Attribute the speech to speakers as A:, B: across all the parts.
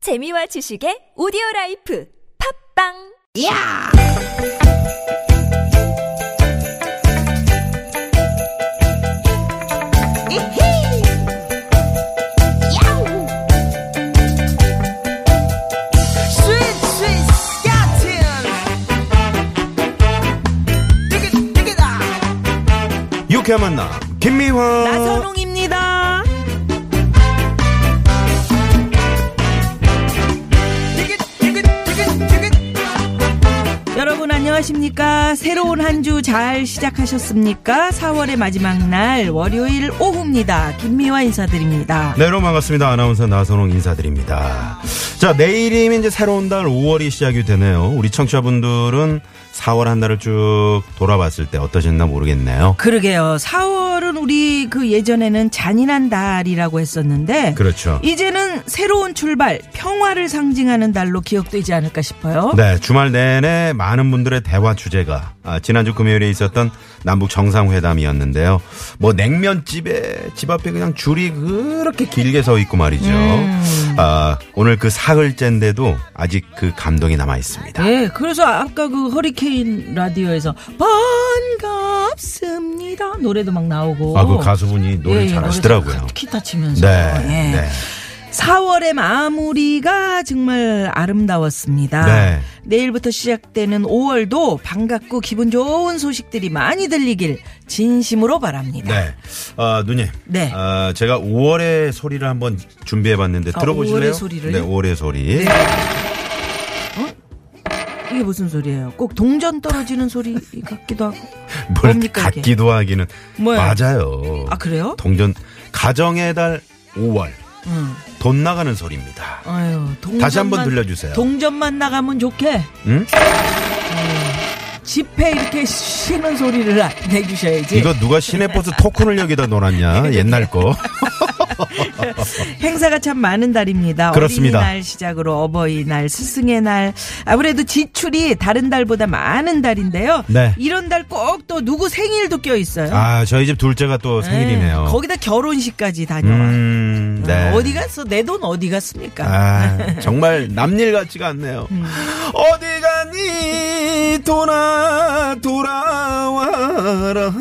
A: 재미와 지식의 오디오 라이프 팝빵!
B: 야! 이히! 야우! 스윗 스윗 스캇틴! 디귿 디귿아!
C: 유쾌한 만남 김미화
B: 나선홍입니다. 디귿 디귿 디귿 디귿
D: 여러분 안녕하십니까? 새로운 한 주 잘 시작하셨습니까? 4월의 마지막 날 월요일 오후입니다. 김미화 인사드립니다.
C: 네, 여러분 반갑습니다. 아나운서 나선홍 인사드립니다. 자, 내일이면 이제 새로운 달 5월이 시작이 되네요. 우리 청취자분들은 4월 한 달을 쭉 돌아봤을 때 어떠셨나 모르겠네요.
D: 그러게요. 4월은 우리 그 예전에는 잔인한 달이라고 했었는데
C: 그렇죠.
D: 이제는 새로운 출발, 평화를 상징하는 달로 기억되지 않을까 싶어요.
C: 네, 주말 내내 많은 분들의 대화 주제가 아, 지난주 금요일에 있었던 남북 정상회담이었는데요. 뭐 냉면집에 집 앞에 그냥 줄이 그렇게 길게 서 있고 말이죠. 아, 오늘 그 사흘째인데도 아직 그 감동이 남아 있습니다.
D: 예, 그래서 아까 그 허리케인 라디오에서 반갑습니다 노래도 막 나오고
C: 아, 그 가수분이 노래
D: 예, 예,
C: 잘하시더라고요.
D: 노래 기타 치면서
C: 네.
D: 예.
C: 네.
D: 4월의 마무리가 정말 아름다웠습니다.
C: 네.
D: 내일부터 시작되는 5월도 반갑고 기분 좋은 소식들이 많이 들리길 진심으로 바랍니다.
C: 네. 아, 누님.
D: 네.
C: 아, 제가 5월의 소리를 한번 준비해 봤는데
D: 아,
C: 들어보실래요?
D: 5월의 소리를요?
C: 네, 5월의 소리. 네.
D: 이게 무슨 소리예요? 꼭 동전 떨어지는 소리 같기도 하고.
C: 뭘
D: 뭡니까, 이게?
C: 갖기도 하기는
D: 뭐예요?
C: 맞아요.
D: 아, 그래요?
C: 동전 가정의 달 5월.
D: 응.
C: 돈 나가는 소리입니다.
D: 음. 아유, 동전만,
C: 다시 한번 들려주세요.
D: 동전만 나가면 좋게.
C: 응?
D: 지폐 이렇게 쉬는 소리를 내주셔야지.
C: 이거 누가 시내버스 토큰을 여기다
D: 네,
C: 놓았냐? 옛날 거.
D: 행사가 참 많은 달입니다.
C: 그렇습니다.
D: 어린이날 시작으로 어버이날, 스승의 날. 아무래도 지출이 다른 달보다 많은 달인데요.
C: 네.
D: 이런 달 꼭 또 누구 생일도 껴 있어요.
C: 아, 저희 집 둘째가 또 생일이네요.
D: 네. 거기다 결혼식까지 다녀와.
C: 음, 네.
D: 어디 갔어? 내 돈 어디 갔습니까?
C: 아, 정말 남일 같지가 않네요. 어디 가니 돌아 돌아와라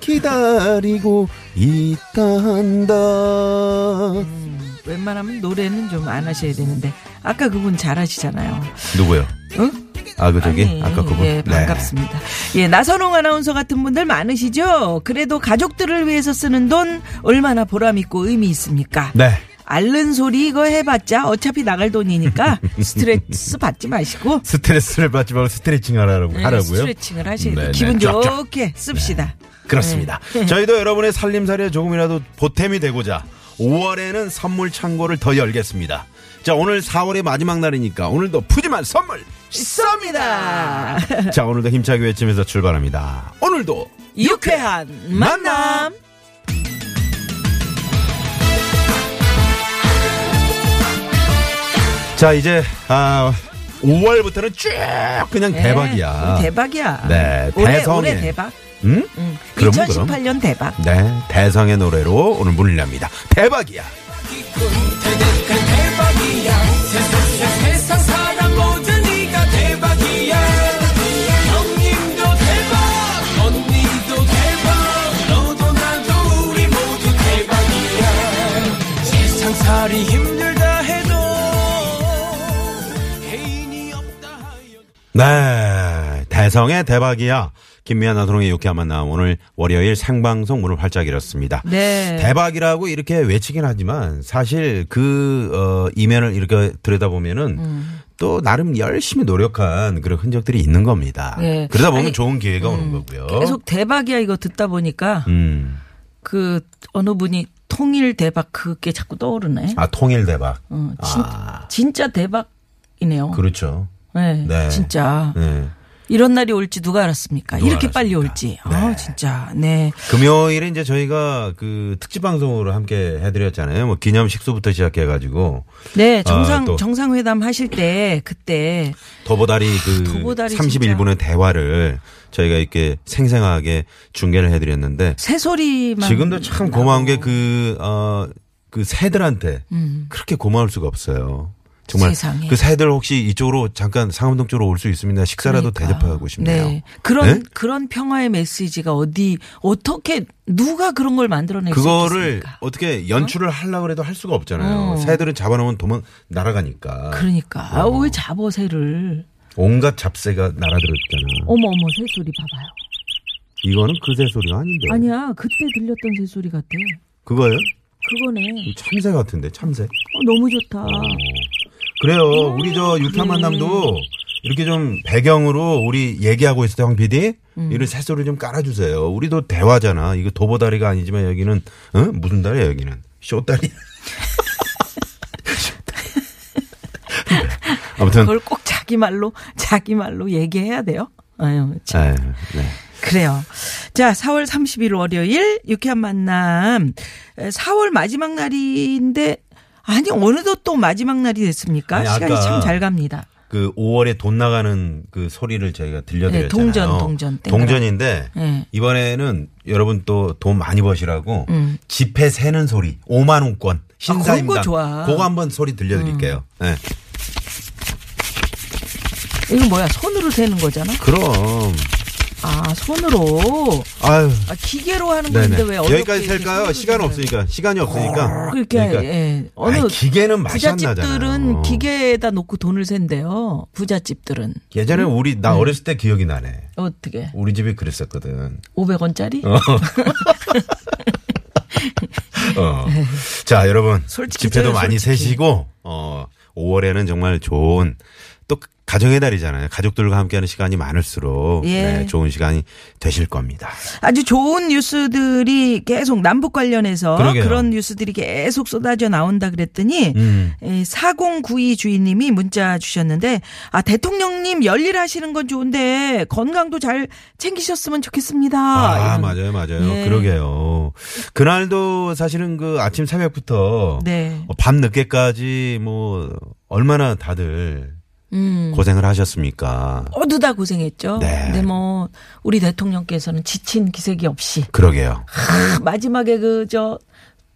C: 기다리고 있단다.
D: 웬만하면 노래는 좀 안 하셔야 되는데. 아까 그분 잘하시잖아요.
C: 누구요?
D: 응?
C: 아, 그 저기
D: 아니,
C: 아까 그분.
D: 예, 반갑습니다. 예, 나선홍 아나운서 같은 분들 많으시죠? 그래도 가족들을 위해서 쓰는 돈 얼마나 보람있고 의미 있습니까?
C: 네. 네.
D: 앓는 소리 이거 해봤자 어차피 나갈 돈이니까 스트레스 받지 마시고
C: 스트레스를 받지 말고 스트레칭 하라고
D: 네,
C: 하라고요.
D: 스트레칭을 하셔야 돼요.
C: 네,
D: 기분
C: 네. 쫙쫙.
D: 좋게 씁시다.
C: 그렇습니다.
D: 네.
C: 저희도 여러분의 살림살이에 조금이라도 보탬이 되고자 5월에는 선물 창고를 더 열겠습니다. 자, 오늘 4월의 마지막 날이니까 오늘도 푸짐한 선물 쏩니다. 자, 오늘도 힘차게 외치면서 출발합니다. 오늘도
D: 유쾌한 만남.
C: 자, 이제 아 5월부터는 쭉 그냥 대박이야.
D: 네, 대박이야.
C: 네,
D: 올해
C: 대성의.
D: 올해 대박.
C: 응?
D: 응.
C: 그러면,
D: 2018년 대박.
C: 네, 대성의 노래로 오늘 문을 엽니다. 대박이야.
B: 세상 사람 모두 네가 대박이야 형님도 대박 언니도 대박 너도 나도 우리 모두 대박이야 세상살이 힘들다 해도 애인이 없다 하여
C: 네. 대성의 대박이야. 김미아 나선홍의 유쾌한 만남. 오늘 월요일 생방송 문을 활짝 열었습니다.
D: 네.
C: 대박이라고 이렇게 외치긴 하지만 사실 그, 어, 이면을 이렇게 들여다보면은
D: 음.
C: 또 나름 열심히 노력한 그런 흔적들이 있는 겁니다.
D: 네.
C: 그러다 보면
D: 아니, 음.
C: 좋은 기회가 오는 거고요.
D: 계속 대박이야 이거 듣다 보니까
C: 음.
D: 그 어느 분이 통일 대박 그게 자꾸 떠오르네.
C: 아, 통일 대박.
D: 어, 진, 진짜 대박이네요.
C: 아. 그렇죠.
D: 네,
C: 네.
D: 진짜.
C: 네.
D: 이런 날이 올지 누가 알았습니까?
C: 누가
D: 이렇게 빨리
C: 알았습니까?
D: 올지.
C: 네.
D: 아, 진짜. 네.
C: 금요일에 이제 저희가 그 특집 방송으로 함께 해드렸잖아요. 뭐 기념 식수부터 시작해가지고
D: 네,
C: 아,
D: 정상
C: 또.
D: 정상회담 하실 때 그때
C: 도보다리 그
D: 아, 도보다리
C: 31분의 대화를 저희가 이렇게 생생하게 중계를 해드렸는데
D: 새소리만
C: 지금도 참 고마운 게 그, 어, 그 새들한테 그렇게 고마울 수가 없어요. 정말
D: 음. 세상에.
C: 그 새들 혹시 이쪽으로 잠깐 상암동 쪽으로 올 수 있습니다. 식사라도
D: 그러니까.
C: 대접하고 싶네요.
D: 네. 그런
C: 네?
D: 그런 평화의 메시지가 어디 어떻게 누가 그런 걸 만들어낼
C: 그거를
D: 수 있겠습니까?
C: 어떻게 연출을 하려고 해도 할 수가 없잖아요.
D: 어.
C: 새들은 잡아놓으면 도망 날아가니까.
D: 그러니까 아, 왜 잡어 새를
C: 온갖 잡새가 날아들었잖아.
D: 어머 어머 새 소리 봐봐요.
C: 이거는 그새 소리가 아닌데.
D: 아니야 그때 들렸던 새 소리 같아.
C: 그거예요?
D: 그거네.
C: 참새 같은데 참새.
D: 어, 너무 좋다.
C: 그래요. 우리 저 유쾌한 만남도 이렇게 좀 배경으로 우리 얘기하고 있을 때 황 PD 이런 새소리 좀 깔아주세요. 우리도 대화잖아. 이거 도보다리가 아니지만 여기는 어? 무슨 다리야 여기는 쇼다리. 쇼다리. 네. 아무튼
D: 그걸 꼭 자기 말로 자기 말로 얘기해야 돼요. 아유 참.
C: 네, 네.
D: 그래요. 자, 4월 30일 월요일 유쾌한 만남. 에, 4월 마지막 날인데 아니 어느덧 또 마지막 날이 됐습니까?
C: 아니,
D: 시간이
C: 아까
D: 참 잘 갑니다.
C: 그 5월에 돈 나가는 그 소리를 저희가 들려드렸잖아요.
D: 네, 동전, 동전, 땡그랑.
C: 동전인데
D: 예.
C: 이번에는 여러분 또 돈 많이 버시라고
D: 음. 아,
C: 지폐 세는 소리 5만 원권 신사임당
D: 그거 좋아. 음.
C: 그거 한번 소리 들려드릴게요. 예.
D: 이거 뭐야? 손으로 세는 거잖아.
C: 그럼
D: 아, 손으로.
C: 아유.
D: 아, 기계로 하는 건데
C: 네네.
D: 왜 어렵게
C: 여기까지
D: 이렇게
C: 살까요?
D: 손으로
C: 시간
D: 세는
C: 없으니까 시간이 없으니까. 그러니까.
D: 거야? 그렇게 예. 어느
C: 아니, 기계는 맛이 안 나잖아요. 어.
D: 부잣집들은 기계에다 놓고 돈을 센대요. 부잣집들은
C: 예전에
D: 음?
C: 우리
D: 네.
C: 나 어렸을 때 기억이 나네.
D: 어떻게?
C: 우리 집이 그랬었거든.
D: 500원짜리?
C: 어. 자, 여러분.
D: 솔직히
C: 집회도
D: 저요,
C: 많이
D: 솔직히.
C: 세시고, 어, 5월에는 정말 좋은, 또 가정의 달이잖아요. 가족들과 함께하는 시간이 많을수록
D: 예.
C: 네, 좋은 시간이 되실 겁니다.
D: 아주 좋은 뉴스들이 계속 남북 관련해서
C: 그러게요. 음.
D: 그런 뉴스들이 계속 쏟아져 나온다 그랬더니 에, 4092 주인님이 문자 주셨는데 아 대통령님 열일하시는 건 좋은데 건강도 잘 챙기셨으면 좋겠습니다.
C: 아,
D: 이런.
C: 맞아요, 맞아요.
D: 예.
C: 그러게요. 그날도 사실은 그 아침 새벽부터
D: 네.
C: 어, 밤 늦게까지 뭐 얼마나 다들
D: 음.
C: 고생을 하셨습니까?
D: 모두 다 고생했죠.
C: 네.
D: 근데 뭐 우리 대통령께서는 지친 기색이 없이
C: 그러게요.
D: 아, 마지막에 그 저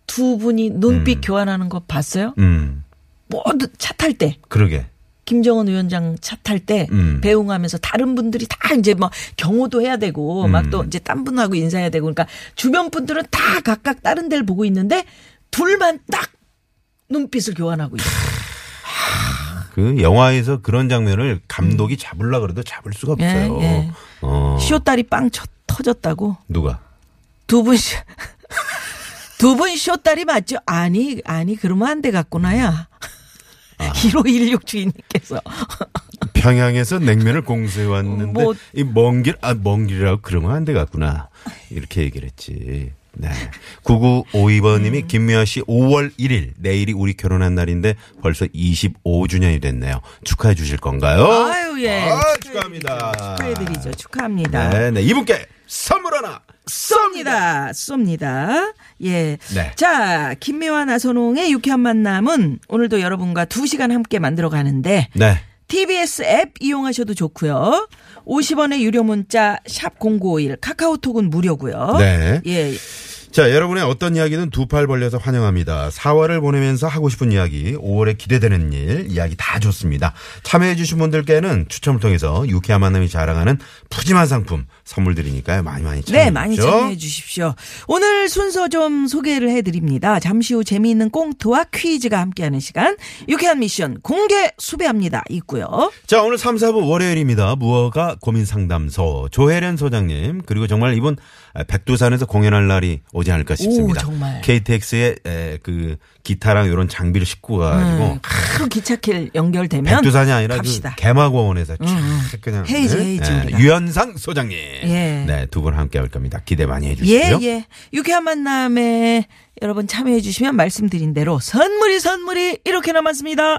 D: 두 분이 눈빛 교환하는 거 봤어요?
C: 음,
D: 모두 차 탈 때.
C: 그러게.
D: 김정은 위원장 차 탈 때
C: 음.
D: 배웅하면서 다른 분들이 다 이제 막 경호도 해야 되고
C: 음.
D: 막 또 이제 딴 분하고 인사해야 되고 그러니까 주변 분들은 다 각각 다른 데를 보고 있는데 둘만 딱 눈빛을 교환하고 있어요.
C: 그 영화에서 그런 장면을 감독이 잡으려 그래도 잡을 수가 없어요.
D: 예, 예.
C: 어,
D: 쇼다리 빵 쳐, 터졌다고
C: 누가?
D: 두 분 쇼. 두분 쇼다리 맞죠? 아니, 아니, 그러면 안 돼 갔구나야.
C: 아.
D: 1516 주인님께서.
C: 평양에서 냉면을 공수해 왔는데
D: 뭐-
C: 이 먼 길 아 먼 길이라고 그러면 안 돼 갔구나 이렇게 얘기를 했지. 네. 9952번님이
D: 음.
C: 김미아 씨 5월 1일 내일이 우리 결혼한 날인데 벌써 25주년이 됐네요. 축하해 주실 건가요?
D: 아유, 예.
C: 아, 축하합니다.
D: 축하해드리죠. 축하합니다.
C: 네, 네. 이분께 선물 하나.
D: 쏩니다. 쏩니다. 예.
C: 네.
D: 자, 김미화 나선홍의 유쾌한 만남은 오늘도 여러분과 두시간 함께 만들어 가는데
C: 네.
D: TBS 앱 이용하셔도 좋고요. 50원의 유료 문자 샵 0951 카카오톡은 무료고요.
C: 네.
D: 예.
C: 자, 여러분의 어떤 이야기든 두 팔 벌려서 환영합니다. 4월을 보내면서 하고 싶은 이야기, 5월에 기대되는 일, 이야기 다 좋습니다. 참여해주신 분들께는 추첨을 통해서 유쾌한 만남이 자랑하는 푸짐한 상품 선물 드리니까요. 많이 많이 참여해
D: 네, 많이
C: 주십시오.
D: 참여해 주십시오. 오늘 순서 좀 소개를 해 드립니다. 잠시 후 재미있는 꽁트와 퀴즈가 함께하는 시간 유쾌한 미션 공개 수배합니다. 있고요.
C: 자, 오늘 3, 4부 월요일입니다. 무허가 고민 상담소 조혜련 소장님 그리고 정말 이분 백두산에서 공연할 날이 오지 않을까 싶습니다.
D: 정말.
C: KTX에 그 기타랑 이런 장비를 싣고 가지고
D: 음, 바로 그 기차길 연결되면
C: 어. 백두산이 아니라 그
D: 갑시다. 음,
C: 개마고원에서 쫙 그냥
D: 헤이즈,
C: 네.
D: 헤이즈
C: 네.
D: 우리가.
C: 유현상 소장님
D: 예.
C: 네두 분 함께 할 겁니다 기대 많이
D: 예,
C: 해주시고요
D: 예. 유쾌한 만남에 여러분 참여해 주시면 말씀드린 대로 선물이 선물이 이렇게 남았습니다.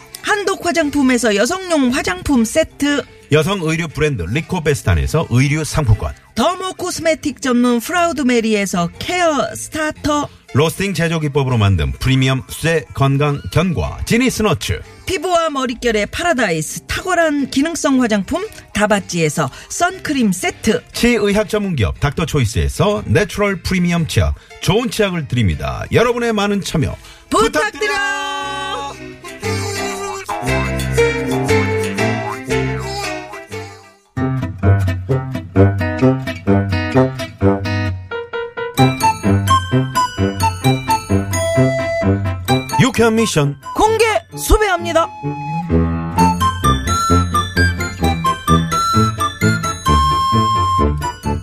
D: 한독 화장품에서 여성용 화장품 세트
C: 여성 의류 브랜드 리코베스탄에서 의류 상품권.
D: 더모 코스메틱 전문 프라우드메리에서 케어 스타터
C: 로스팅 제조 기법으로 만든 프리미엄 쇠 건강 견과 지니스너츠.
D: 피부와 머릿결의 파라다이스 탁월한 기능성 화장품 다바찌에서 선크림 세트
C: 치의학 전문기업 닥터초이스에서 내추럴 프리미엄 치약 좋은 치약을 드립니다. 여러분의 많은 참여
D: 부탁드려
C: 유쾌한 미션
D: 공개 수배합니다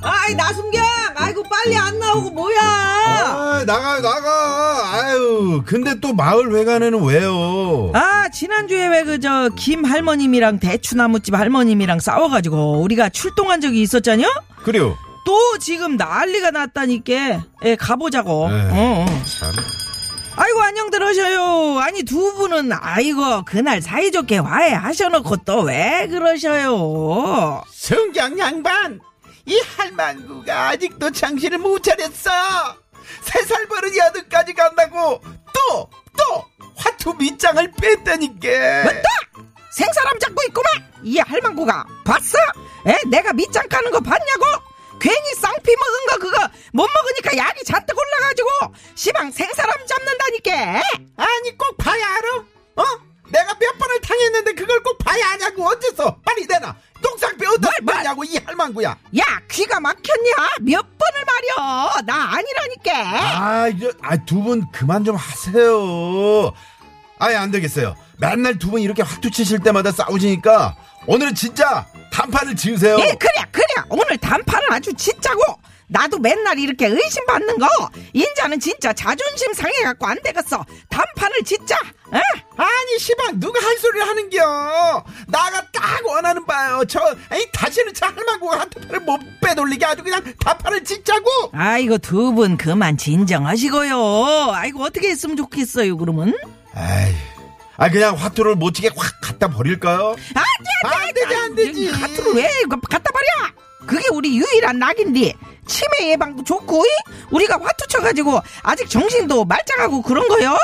D: 아이 나순경 아이고 빨리 안 나오고 뭐야
C: 아, 나가 나가 아유 근데 또 마을 회관에는 왜요
D: 아 지난주에 왜 그 저 김 할머님이랑 대추나무집 할머니랑 싸워가지고 우리가 출동한 적이 있었잖여
C: 그래요
D: 또 지금 난리가 났다니까 예 가보자고
C: 에이,
D: 어, 어.
C: 참.
D: 아이고 안녕 들으셔요 아니 두 분은 아이고 그날 사이좋게 화해하셔놓고 또 왜 그러셔요
E: 성장 양반 이 할망구가 아직도 장신을 못 차렸어 세살 버른 이 아들까지 간다고 또 또 화투 밑장을 뺐다니까
C: 뭐
D: 생사람 잡고 있구만 이 할망구가 봤어? 에 내가 밑장 까는 거 봤냐고 괜히 쌍피 먹은 거 그거 못 먹으니까 약이 잔뜩 올라가지고 시방 생사람 잡는다니까
E: 아니 꼭 봐야 알아 어? 내가 몇 번을 당했는데 그걸 꼭 봐야 아냐고 어째서 빨리 내놔 똥상 배웠다
D: 뭘, 뭘.
E: 말냐고 이 할망구야 어?
D: 야 귀가 막혔냐 몇 번을 말여 나 아니라니까
C: 아두 분 그만 좀 하세요 아예 안 되겠어요 맨날 두 분 이렇게 화투 치실 때마다 싸우시니까 오늘은 진짜 단판을 지으세요
D: 예, 그래, 그래. 오늘 단판은 아주 진짜고. 나도 맨날 이렇게 의심받는 거. 인자는 진짜 자존심 상해갖고 안 되겠어. 단판을 진짜. 에?
E: 아니 시방 누가 할 소리를 하는겨 나가 딱 원하는 바요 저 에이, 다시는 저 할망구가 한타를 못 빼돌리게 아주 그냥 다판을 짓자고
D: 아이고, 두 분 그만 진정하시고요. 아이고, 어떻게 했으면 좋겠어요, 그러면?
C: 아이, 아 그냥 화투를 못 치게 확 갖다 버릴까요
D: 아,
E: 안 되지 안 되지
D: 가투를 왜 음, 이거 갖다 버려? 그게 우리 유일한 낙인데. 치매 예방도 좋고, 이? 우리가 화투 쳐가지고 아직 정신도 말짱하고 그런 거요.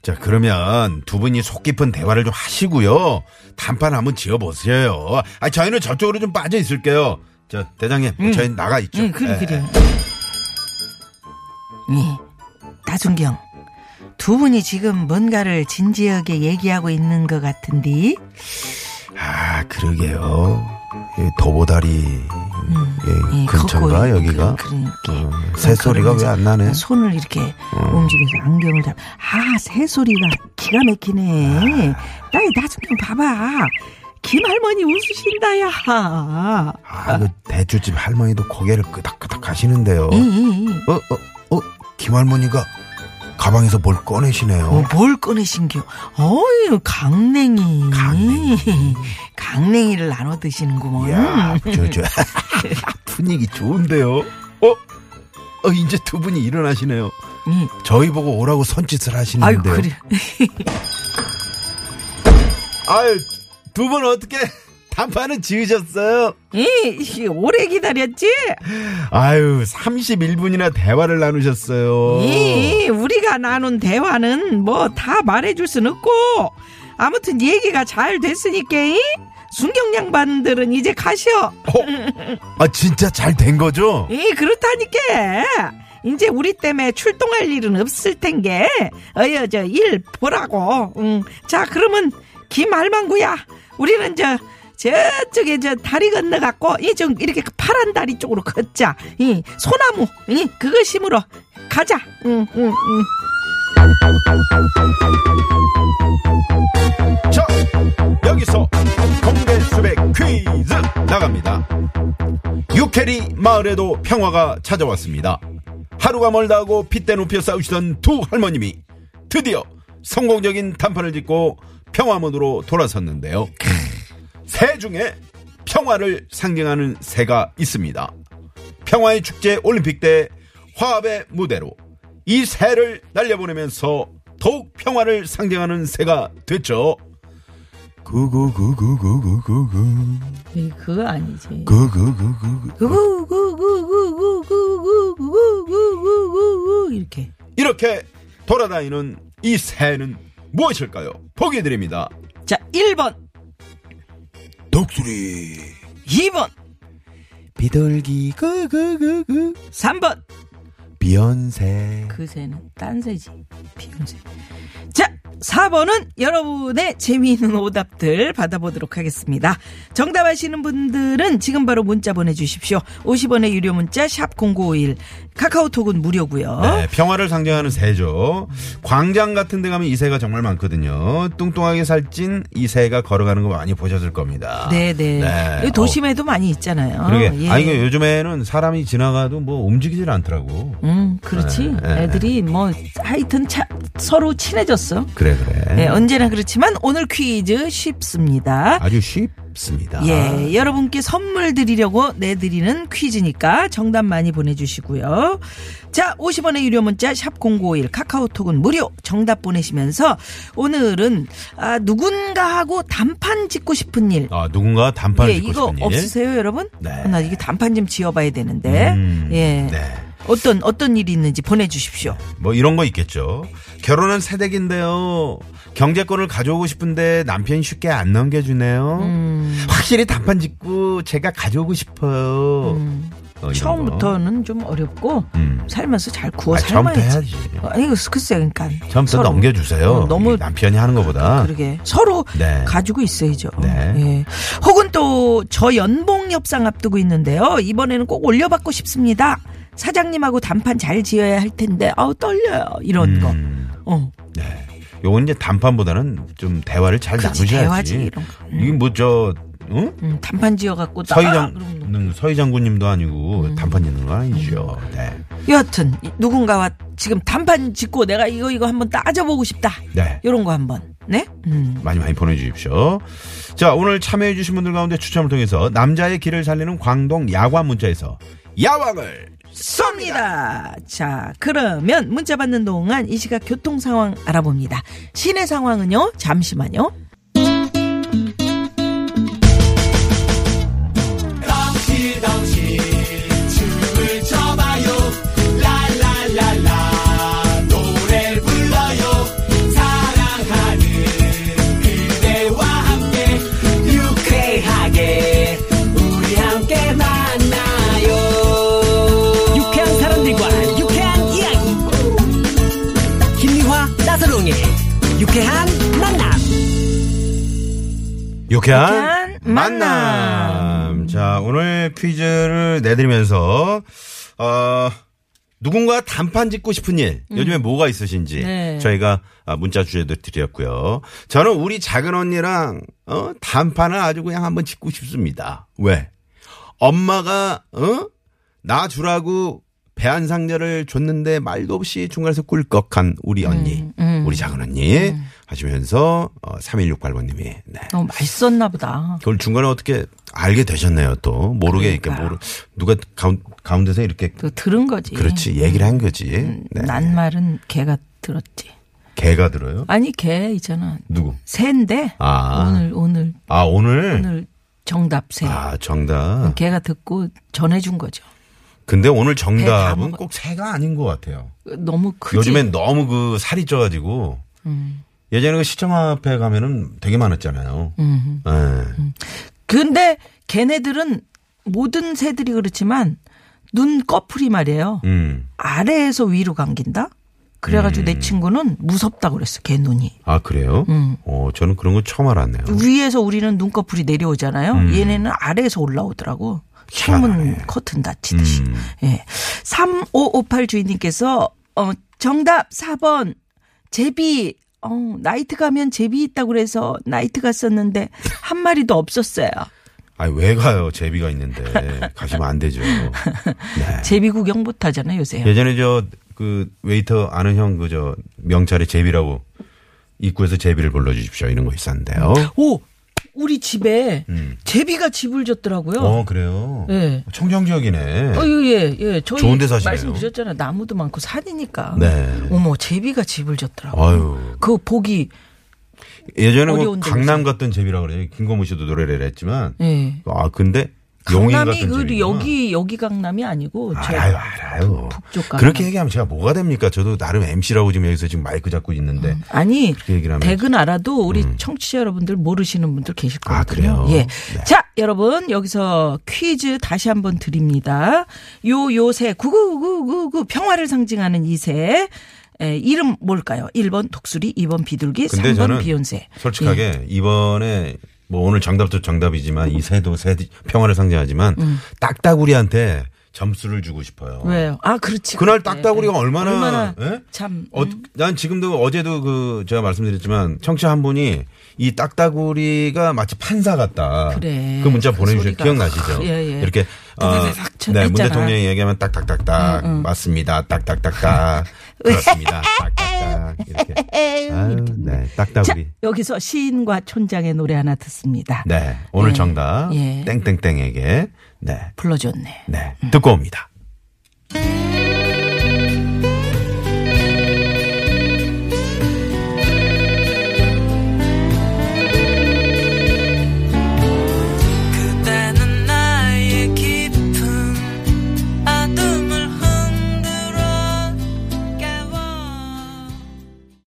C: 자 그러면 두 분이 속 깊은 대화를 좀 하시고요 단판 한번 지어보세요 아 저희는 저쪽으로 좀 빠져 있을게요 자 대장님 저희 나가 있죠
D: 응, 음. 그래,
C: 예.
D: 그래. 네, 나순경. 두 분이 지금 뭔가를 진지하게 얘기하고 있는 것 같은데.
C: 아 그러게요 이 도보다리 예,
D: 예,
C: 근처인가
D: 걷고
C: 여기가
D: 그- 그러니까.
C: 어, 새소리가
D: 그러면서
C: 왜 안 나네 어.
D: 손을 이렇게 움직여서 안경을 잡. 아, 새소리가 기가
C: 아.
D: 막히네. 나 나순경 봐봐. 김할머니
C: 어?
D: 웃으신다야.
C: 아그 대주집 할머니도 고개를 끄덕끄덕 하시는데요
D: 이, 이, 이.
C: 어 어, 어, 김할머니가 가방에서 뭘 꺼내시네요
D: 어, 뭘 꺼내신겨? 어유 강냉이.
C: 강냉이.
D: 음. 를 나눠 드시는구먼.
C: 이야, 저, 저, 분위기 좋은데요? 어? 어, 이제 두 분이 일어나시네요.
D: 음.
C: 저희 보고 오라고 손짓을
D: 아유
C: 하시는데요.
D: 그래.
C: 아유, 두 분 어떻게 단판은 지으셨어요?
D: 이 오래 기다렸지?
C: 아유, 31분이나 대화를 나누셨어요.
D: 이 우리가 나눈 대화는 뭐 다 말해줄 순 없고 아무튼 얘기가 잘 됐으니까 이? 순경 양반들은 이제 가셔.
C: 아, 진짜 잘 된 거죠?
D: 이 그렇다니까. 이제 우리 때문에 출동할 일은 없을 텐게 어여 저 일 보라고. 응. 자 그러면 김알망구야 우리는 저 저쪽에 저 다리 건너 갖고 이 좀 이렇게 파란 다리 쪽으로 걷자. 이 소나무 이 그거 심으러 가자. 응, 응, 응.
C: 자, 여기서 공개 수배 퀴즈 나갑니다. 유캐리 마을에도 평화가 찾아왔습니다. 하루가 멀다 하고 핏대 높여 싸우시던 두 할머님이 드디어 성공적인 단판을 짓고 평화문으로 돌아섰는데요. 새 중에 평화를 상징하는 새가 있습니다. 평화의 축제 올림픽 때 화합의 무대로 이 새를 날려보내면서 더욱 평화를 상징하는 새가 됐죠. 구구구구구구구구
D: 에이, 그거 아니지.
C: 구구구구구
D: 구구구구구구구구구구구구구 이렇게.
C: 이렇게 돌아다니는 이 새는 무엇일까요? 보기 드립니다.
D: 자, 1번,
C: 독수리
D: 2번, 그,
C: 비둘기 구구구구
D: 3번.
C: 비욘세
D: 그 새는 딴 새지. 비욘세. 자, 4번은 여러분의 재미있는 오답들 받아보도록 하겠습니다. 정답 아시는 분들은 지금 바로 문자 보내주십시오. 50원의 유료 문자 샵 0951. 카카오톡은 무료고요.
C: 네, 평화를 상징하는 새죠. 광장 같은 데 가면 이 새가 정말 많거든요. 뚱뚱하게 살찐 이 새가 걸어가는 거 많이 보셨을 겁니다.
D: 네네.
C: 네.
D: 여기 도심에도 많이 있잖아요.
C: 그러게.
D: 예.
C: 아, 이게 요즘에는 사람이 지나가도 뭐 움직이질 않더라고.
D: 음, 그렇지.
C: 네, 네.
D: 애들이 뭐 하여튼 차, 서로 친해졌어.
C: 그래, 그래.
D: 네, 언제나 그렇지만 오늘 퀴즈 쉽습니다.
C: 아주 쉽습니다.
D: 예, 여러분께 선물 드리려고 내드리는 퀴즈니까 정답 많이 보내주시고요. 자, 50원의 유료 문자 샵 #0951 카카오톡은 무료. 정답 보내시면서 오늘은 아, 누군가하고 단판 짓고 싶은 일.
C: 아, 누군가 단판을
D: 예,
C: 짓고
D: 이거
C: 싶은 일.
D: 없으세요, 여러분? 아,
C: 네.
D: 나 이게 단판 좀 지어봐야 되는데.
C: 음,
D: 예.
C: 네.
D: 어떤 어떤 일이 있는지 보내주십시오.
C: 뭐 이런 거 있겠죠.
D: 네,
C: 결혼은 새댁인데요. 경제권을 가져오고 싶은데 남편이 쉽게 안 넘겨주네요.
D: 음.
C: 확실히 단판 짓고 제가 가져오고 싶어요. 어, 이런 거.
D: 음. 처음부터는 좀 어렵고
C: 음.
D: 살면서 잘 구워
C: 아, 처음부터
D: 삶아야지.
C: 해야지.
D: 아니 이거 글쎄 그러니까
C: 처음부터
D: 서로.
C: 넘겨주세요.
D: 어, 너무-
C: 이 남편이 하는 것보다.
D: 그러게 서로
C: 네.
D: 가지고 있어야죠.
C: 네.
D: 예. 혹은 또 저 연봉 협상 앞두고 있는데요. 이번에는 꼭 올려받고 싶습니다. 사장님하고 단판 잘 지어야 할 텐데 아우 떨려요. 이런 거.
C: 음,
D: 어.
C: 네. 요건 이제 단판보다는 좀 대화를 잘
D: 그렇지,
C: 나누셔야지.
D: 대화지, 이런 거. 음.
C: 이게 뭐저 응?
D: 음, 단판 지어 갖고 음.
C: 서희장 음, 서희장군님도 아니고 단판 짓는 건 아니죠. 네.
D: 여하튼 이- 누군가와 지금 단판 짓고 내가 이거 이거 한번 따져보고 싶다.
C: 네.
D: 이런 거 한번. 네? 음.
C: 많이 많이 보내주십시오. 자, 오늘 참여해주신 분들 가운데 추첨을 통해서 남자의 길을 살리는 광동 야관 문자에서 야왕을
D: 쏩니다. 자, 그러면 문자 받는 동안 이 시각 교통 상황 알아봅니다. 시내 상황은요? 잠시만요.
F: 유쾌한 사람들과 유쾌한 이야기 김미화 나서롱의 유쾌한 만남
C: 유쾌한
D: 유쾌한
C: 만남. 자, 오늘 퀴즈를 내드리면서, 어, 누군가 단판 짓고 싶은 일, 요즘에 뭐가 있으신지,
D: 음. 네.
C: 저희가 아, 문자 주제도 드렸고요. 저는 우리 작은 언니랑, 어, 단판을 아주 그냥 한번 짓고 싶습니다. 왜? 엄마가, 어? 나 주라고 배안상자를 줬는데 말도 없이 중간에서 꿀꺽한 우리 언니,
D: 음,
C: 우리 작은 언니 하시면서, 어, 3168번님이, 네.
D: 너무 맛있었나 보다.
C: 그걸 중간에 어떻게 알게 되셨네요 또 모르게 이렇게
D: 그러니까.
C: 모르 누가 가운, 가운데서 이렇게
D: 또 들은 거지.
C: 그렇지 얘기를 한 거지
D: 음.
C: 네.
D: 난 말은 개가 들었지.
C: 개가 들어요
D: 아니 개 있잖아.
C: 누구
D: 새인데
C: 아.
D: 오늘 오늘
C: 아 오늘
D: 오늘 예. 정답 새.
C: 아 정답
D: 걔가 듣고 전해준 거죠.
C: 근데 오늘
D: 다
C: 정답은
D: 먹어.
C: 꼭 새가 아닌 것 같아요
D: 너무 크지. 음.
C: 요즘엔 너무 그 살이 쪄가지고 예전에 그 시청 앞에 가면은 되게 많았잖아요 예.
D: 음. 근데 걔네들은 모든 새들이 그렇지만 눈 꺼풀이 말이에요.
C: 음.
D: 아래에서 위로 감긴다. 그래가지고 내 친구는 무섭다 그랬어. 걔 눈이.
C: 아 그래요 어 저는 그런 거 처음 알았네요
D: 위에서 음. 우리는 눈꺼풀이 내려오잖아요.
C: 음.
D: 얘네는 아래에서 올라오더라고. 창문 커튼 닫히듯이.
C: 음.
D: 예. 3558 주인님께서 어 정답 4번 제비 어 나이트 가면 제비 있다고 그래서 나이트 갔었는데 한 마리도 없었어요.
C: 아니 왜 가요 제비가 있는데 가시면 안 되죠 네.
D: 제비 구경 못 하잖아요, 요새.
C: 예전에 저 그 웨이터 아는 형 그 저 명찰에 제비라고 입구에서 제비를 불러주십시오 이런 거 있었는데요.
D: 오, 우리 집에 제비가 집을 졌더라고요.
C: 음. 어 그래요.
D: 예.
C: 청정 지역이네.
D: 어, 예, 예. 저희
C: 좋은 데 사시네요.
D: 말씀드렸잖아요. 나무도 많고 산이니까.
C: 네. 아.
D: 어머, 제비가 집을 졌더라고요.
C: 아유.
D: 그 보기
C: 예전에 뭐
D: 어려운데,
C: 강남 같던 제비라 그래요. 김건모 씨도 노래를 했지만
D: 예.
C: 아 근데 용인
D: 강남이
C: 같은
D: 그
C: 제비.
D: 여기 여기 강남이 아니고 저-
C: 알아요, 알아요.
D: 북쪽 강남.
C: 그렇게 얘기하면 제가 뭐가 됩니까? 저도 나름 MC라고 지금 여기서 지금 마이크 잡고
D: 음.
C: 있는데.
D: 아니
C: 그 얘기를 하면- 음.
D: 댁은 알아도 우리 청취자 여러분들 모르시는 분들 계실 거예요.
C: 아, 그래요?
D: 예.
C: 네.
D: 자, 여러분 여기서 퀴즈 다시 한번 드립니다. 요 요새 구구구구구 평화를 상징하는 이새 에, 이름 뭘까요? 1번 독수리, 2번 비둘기,
C: 근데
D: 3번
C: 저는
D: 비욘세. 예.
C: 솔직하게 이번에 뭐 오늘 정답도 정답이지만 이 새도 새 평화를 상징하지만 딱따구리한테 점수를 주고 싶어요.
D: 예. 음. 왜요? 아, 그렇지.
C: 그날
D: 그때.
C: 딱따구리가 얼마나,
D: 네. 얼마나
C: 예?
D: 참 음.
C: 어, 난 지금도 어제도 그 제가 말씀드렸지만 청취자 한 분이 이 딱따구리가 마치 판사 같다.
D: 그래.
C: 그 문자
D: 그
C: 보내주신
D: 소리가.
C: 거 기억나시죠?
D: 아, 예, 예.
C: 이렇게 어,
D: 다다닥 쳐-
C: 네, 문
D: 했잖아. 음,
C: 대통령이 얘기하면 딱딱딱딱 맞습니다. 딱딱딱딱 그렇습니다. 딱딱딱 이렇게. 아유, 네,
D: 자,
C: 딱따구리.
D: 여기서 시인과 촌장의 노래 하나 듣습니다.
C: 네, 오늘 정답
D: 예.
C: 땡땡땡에게 네,
D: 불러줬네. 음.
C: 네 듣고 옵니다.